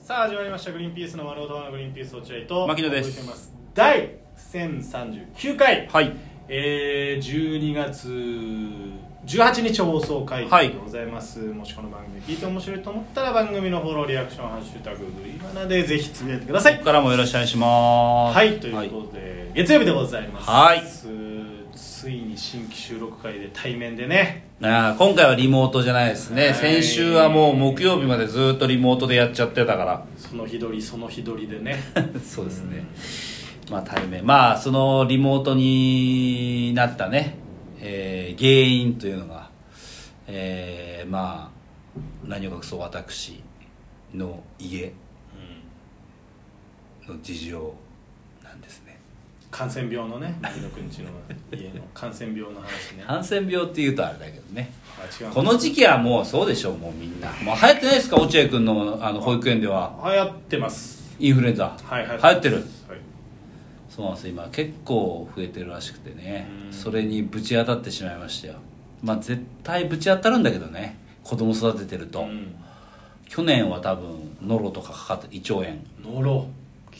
さあ始まりました「グリーンピースの丸太のグリーンピース落合」と牧野ですお送りしています第1039回、はいえー、12月18日放送回はいでございます、もしこの番組聞いて面白いと思ったら番組のフォローリアクション「ハッシュタググリマナ」でぜひつぶやいてくださこいこからもよろしくお願いしますはいということで、月曜日でございますはいついに新規収録会で対面でねあー今回はリモートじゃないですね、はい先週はもう木曜日までずっとリモートでやっちゃってたからその日取りその日取りで ねそうですねまあ対面まあそのリモートになったね、えー原因というのが、えーまあ何を隠そう私の家の事情なんですね感染病のね牧野くんちの家の感染病の話ねハンセン病っていうとあれだけどねあ違うこの時期はもうそうでしょうもうみんなもう流行ってないですか落合君のあの保育園では流行ってますインフルエンザはいはい流行ってるはいそうなんです今結構増えてるらしくてねうんそれにぶち当たってしまいましたよまあ絶対ぶち当たるんだけどね子供育ててると、うん去年は多分ノロとかかかって胃腸炎ノロ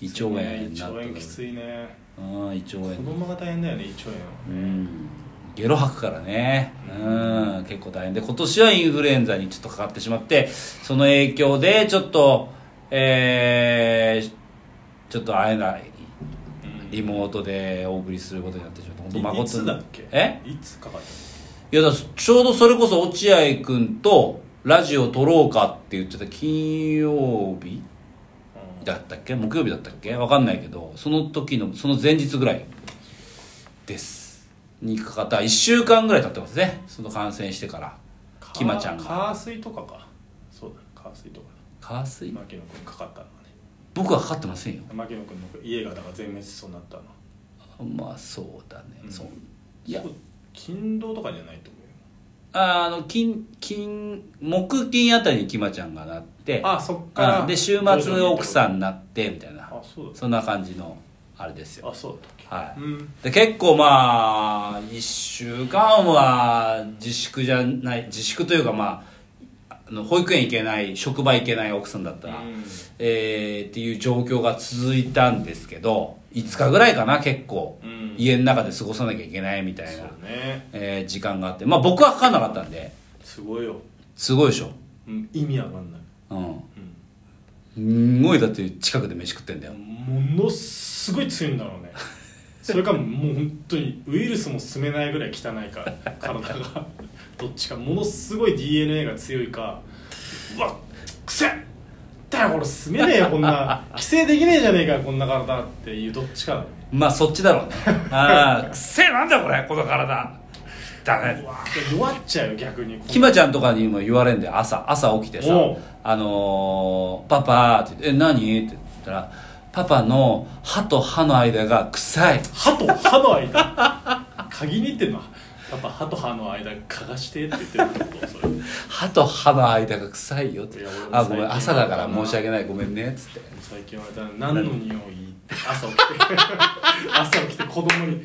胃腸炎に胃な腸って炎るきついねうん胃腸子炎供が大変だよね胃腸炎はうんゲロ吐くからねうん結構大変で今年はインフルエンザにちょっとかかってしまってその影響でちょっとえー、ちょっと会えないリモートでお送りすることになってしまった本当いい誠つにだっけえいつかかっいやだからちょうどそれこそ落合君とラジオ撮ろうかって言ってた金曜日たのうんだったっけ木曜日だったっけわかんないけどその時のその前日ぐらいですにかかった1週間ぐらい経ってますねその感染してからかきまちゃんがカー水とかかそうだねカー水とか加水牧野くんかかったのはね僕はかかってませんよ牧野くんの家がだから全滅しそうになったのまあそうだね、うんそういやそう勤労とかじゃないと思うよああの金金木金あたりにきまちゃんがなってあそっからうんで週末奥さんになってみたいなあそうだそんな感じのあれですよあそうだったっけ、はいうんで結構まあ1週間は自粛じゃない自粛というかまああの保育園行けない職場行けない奥さんだったら、うんえーっていう状況が続いたんですけど5日ぐらいかな結構、うん家の中で過ごさなきゃいけないみたいそな、うねえー時間があってまあ僕はかかんなかったんですごいよ、すごいでしょうん、意味わかんない、うんうすんごいだって近くで飯食ってんだよん、ものすごい強いんだ ろうねそれかもう本当にウイルスも進めないぐらい汚いから体がどっちかものすごい DNA が強いかうわっくせっだよこれ住めねえよこんな規制できねえじゃねえかよこんな体っていうどっちかだねまあそっちだろ うねああくせえなんだこれこの体だねうわー弱っちゃうよ逆にきまちゃんとかにも言われんで朝朝起きてさおう「あのー、パパ」って言って「え何?」って言ったら「パパの歯と歯の間が臭い歯と歯の間鍵に入ってんのやっぱ歯と歯の間嗅がしてって言ってるってことそれ歯と歯の間が臭いよ」っていや俺も「あごめ最ん近朝だから申し訳ないごめんね」っつ って最近は何の匂いって朝起きて朝起きて子供に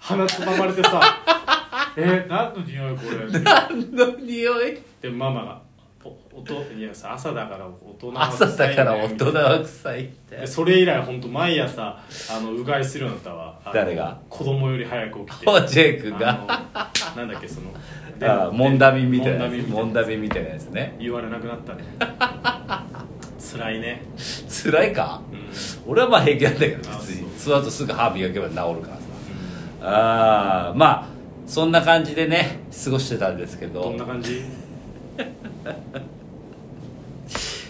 鼻つままれてさ「え何の匂いこれ」っ何の匂いてママが「おおといやさ朝だから大人は朝だから大みた人いなは臭いってでそれ以来本当毎朝あのうがいするようになったわあの誰が子供より早く起きておジェイ君があのなんだっけそのでああモンダミンみたいなモンダミやンつみたモいンなダミンみたいなやつね言われなくなった ね辛いね辛いかうん、俺はまあ平気なんだけどあ別にそその後すぐ歯磨けば治るからさあーまあそんな感じでね過ごしてたんですけどどんな感じ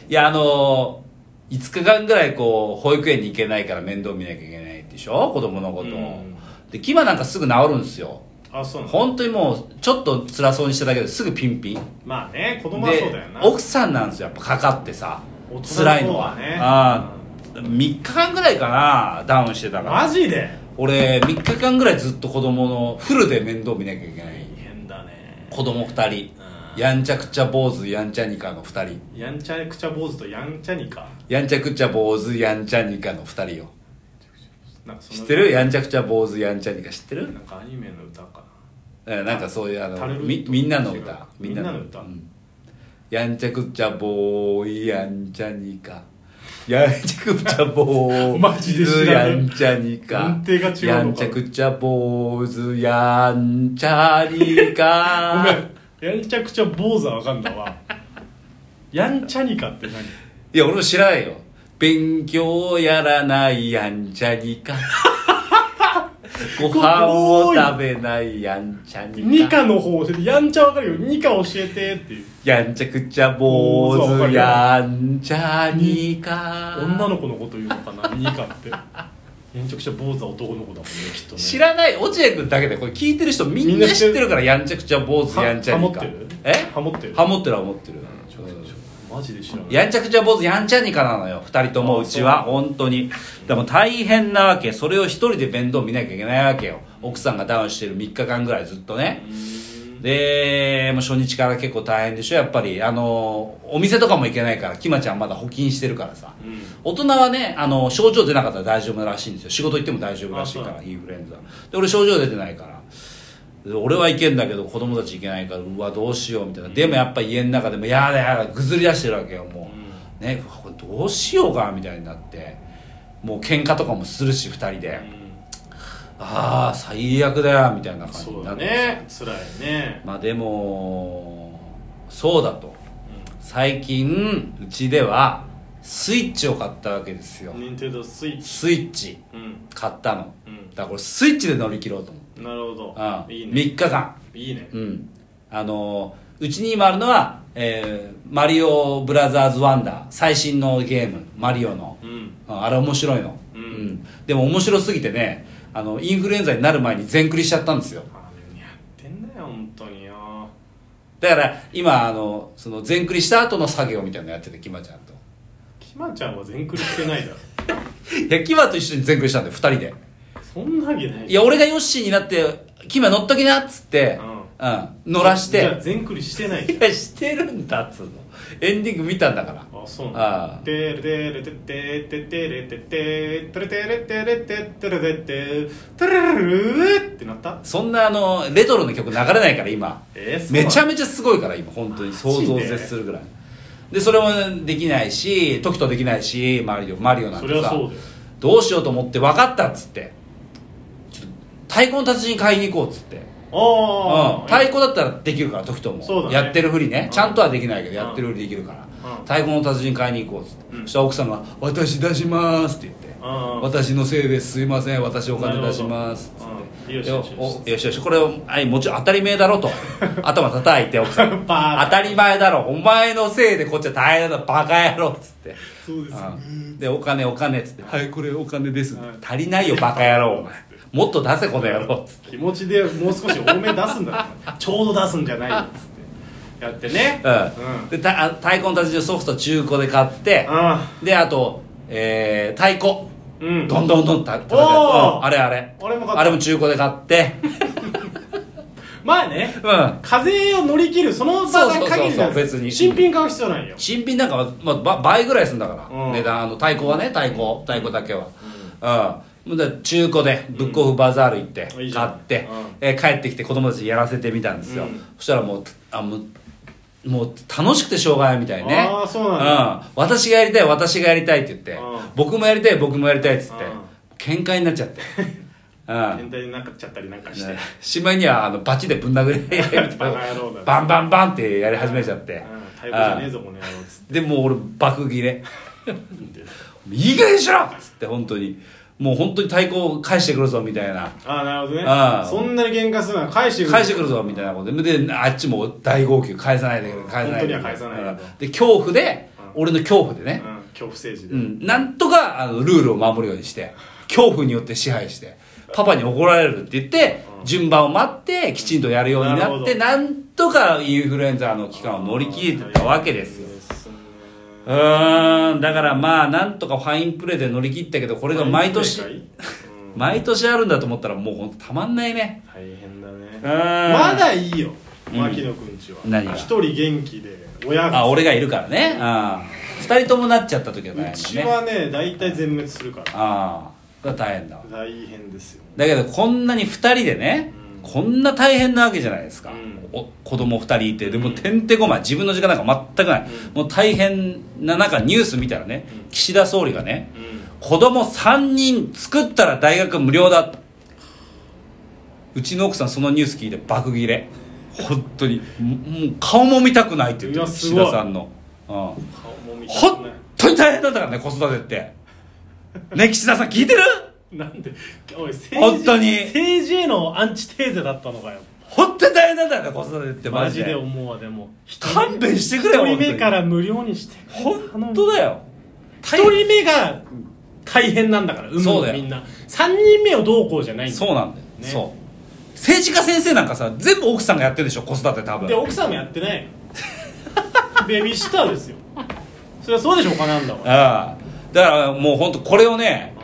いやあのー、5日間ぐらいこう保育園に行けないから面倒見なきゃいけないでしょ子供のこと、うんでキマなんかすぐ治るんですよあそうなの本当にもうちょっと辛そうにしてたけどすぐピンピンまあね子供はそうだでよな奥さんなんですよやっぱかかってさ大人の辛いの方ははねあ3日間ぐらいかなダウンしてたからマジで俺3日間ぐらいずっと子供のフルで面倒見なきゃいけない大変だね子供2人うんやんちゃくちゃ坊主やんちゃニカの2人やんちゃくちゃ坊主とやんちゃにかやんちゃくちゃ坊主やんちゃニカの2人よなんかその知ってるやんちゃくちゃ坊主やんちゃニカ知ってるなんかアニメの歌かえなんかそういうあタルのルみみんなの歌みんなの歌うんやんちゃくちゃ坊ーイやんちゃニカやんちゃくちゃ坊マジで主知らやないんちゃにか音程が違うのかなやんちゃくちゃ坊主やんちゃにごかめんやんちゃくちゃ坊主はわかんだわやんちゃにかって何いや俺も知らないよ勉強やらないやんちゃに かご飯を食べないやんちゃに二か課の方でやんちゃわかるよ二課教えてっていうやんちゃくちゃ坊主やんちゃにか女の子のこと言うのかな二課ってやんちゃくちゃ坊主は男の子だもんねきっとね知らない落合君だけでこれ聞いてる人みんみんなな知知っっててるるからやんちゃくちゃ坊主はやんちゃにかハモってるえハモってるハモってるはモってる、マジで知らないやんちゃくちゃ坊主やんちゃにかなのよ2人ともあうちは本当にでも大変なわけそれを一人で面倒見なきゃいけないわけよ奥さんがダウンしてる3日間ぐらいずっとねでもう初日から結構大変でしょやっぱりあのお店とかも行けないからきまちゃんまだ補勤してるからさ、うん大人はねあの症状出なかったら大丈夫らしいんですよ仕事行っても大丈夫らしいかあらそインフルエンザで俺症状出てないからで俺はいけんだけど子供たちいけないからうわどうしようみたいな、でもやっぱ家の中でもやだやだぐずり出してるわけよもう、ねうわこれどうしようかみたいになってもう喧嘩とかもするし2人で、ああ最悪だよみたいな感じそにうなだってさね辛いねまあでもそうだと最近うちではスイッチを買ったわけですよ、任天堂スイッチスイッチうん買ったのうんだからこれスイッチで乗り切ろうと思ってなるほどああいい3ね日間いいねうんあのーうちに今あるのは、えーマリオブラザーズ・ワンダー」最新のゲームマリオの、うんああれ面白いの、うんでも面白すぎてねあのインフルエンザになる前に全クリしちゃったんですよ何やってんだよ本当によだから今あのその全クリした後の作業みたいなのやっててキマちゃんときまちゃんは全クリしてないだろいやキマと一緒に全クリしたんで2人でそんなわけないいや俺がヨッシーになって「キマ乗っときな」っつって、うん、乗らしじゃあて全クリしてないじゃんいやしてるんだっつうのエンディング見たんだからあそうああなんだテレテレテテテテレテテテレテレテレテテレテテテレルルってなったそんなあのレトロの曲流れないから今えーそうなめのちゃめちゃすごいから今本当に想像を絶するぐらいでそれもできないし時とできないしマリオマリオなんそてりゃさそうだよどうしようと思って分かったっつってちょっと太鼓の達人買いに行こうっつってうん、あ太あ鼓だったらできるから時とも、そうだねやってるふりね、うんちゃんとはできないけどやってるふりできるから、うん太鼓の達人買いに行こうっつって、うんそしたら奥さんが「私出します」って言って「うん私のせいですすいません私お金出します」っなるほどつっうてんよしよしでおよしよしよしこれをあいもちろん当たり前だ ろ」と頭叩いて奥さんバカ当たり前だろお前のせいでこっちは大変だバカ野郎」っつって。そうですうんでお金お金っつって「はいこれお金ですはい」足りないよバカ野郎お前もっと出せこの野郎」っつって気持ちでもう少し多め出すんだろちょうど出すんじゃないよっつってやってねうん、でたあ太鼓の達人のソフト中古で買ってあであと、えー、太鼓ーうんどんどんどんた叩くやつおーうんあれあれあれも買ったあれも中古で買ってまあねうん風を乗り切るその場だけ限りなんでそうそうそうそう別にす新品買う必要ないよ新品なんかは、まあば、倍ぐらいするんだから、うん値段あの太鼓はね太鼓太鼓だけはうん、で中古でブックオフバザール行ってうんいいじゃ買んっうて、んえー帰ってきて子供たちにやらせてみたんですよ、うんそしたらもうあもうもう楽しくてしょうがないみたいねあーそうなんだうん、私がやりたい私がやりたいって言って、うん僕もやりたい僕もやりたいっつって、うん喧嘩になっち ゃって、うん全体になんかちゃったりなんかしてねしまいにはあのバチでぶん殴り 合いみたいなバカ野郎だバンバンバンってやり始めちゃって、うん太鼓じゃねえぞこの野郎っつっでもう俺爆切れていい加減にしろっつって本当にもう本当に太鼓を返してくるぞみたいなああなるほどねああそんなに喧嘩するなら返してくれ返してくるぞみたいなことでであっちも大号泣返さないでくれ返さな本いでくれ当には返さないよとで恐怖で、う俺の恐怖でね、うん恐怖政治うでん、なんとかあのルールを守るようにして恐怖によって支配してパパに怒られるって言って、うん順番を待ってきちんとやるようになるなほっどてなんとかインフルエンザの期間を乗り切れてたわけですよですねうーんだからまあなんとかファインプレーで乗り切ったけどこれが毎年大変かいうん毎年あるんだと思ったらもうほんとたまんないね大変だねんまだいいようん牧野くんちは何が一人元気で親あが俺がいるからねあ2人ともなっちゃった時は大うち変だねはね大体全滅するからああが大変だわ大変ですよだけどこんなに2人でねうんこんな大変なわけじゃないですか、うんお子供2人いてでもうんてんてこまい自分の時間なんか全くない、うんもう大変な中ニュース見たらねうん岸田総理がねうん子供3人作ったら大学無料だうちの奥さんそのニュース聞いて爆切れ本当にももう顔も見たくないって言っいてたやす岸ごい田さんの、うん顔も見たく本ない当に大変なんだからね子育てってね岸田さん聞いてるなんでおい政治本当に政治へのアンチテーゼだったのかよ本当に大変なんだよね子育てってママジジでで思うわでも一人勘弁してくれよ一人目からら無料にして本当だよよ一人目が大変なんだからうんそうだよみんな3人目をどうこうじゃないんだよそうなんだよ、ねそう政治家先生なんかさ全部奥さんがやってるでしょ子育て多分で奥さんもやってない のベビーシッターですよそれはそうでしょお金なんだからああだからもう本当これをね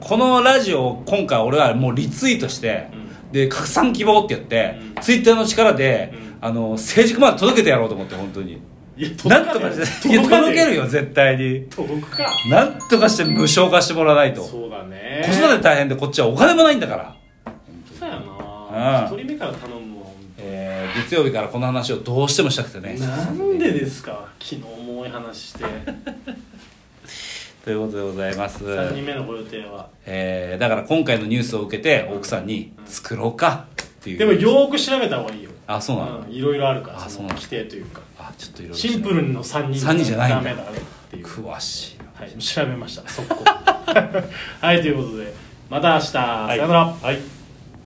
うこのラジオを今回俺はもうリツイートして、うで拡散希望ってやって、うんツイッターの力で、うんあの政治家まで届けてやろうと思って本当んにいや届なんとねかえしていや届けるよよ絶対に届くかなんとかして無償化してもらわないと子そうだね育て大変でこっちはお金もないんだからそうやうなん一人目から頼むわえー、月曜日からこの話をどうしてもしたくてねなんでですか昨日も多い話 してということでございます3人目のご予定はえーだから今回のニュースを受けて奥さんに「作ろうか」っていうでもよーく調べた方がいいよあそうなの、うんいろいろあるからあそそうのなの規定というかあちょっといろいろシンプルの3人三人じゃないんだダメだねっていう詳しい なはい、調べました速攻はいということでまた明日、さよなら、はい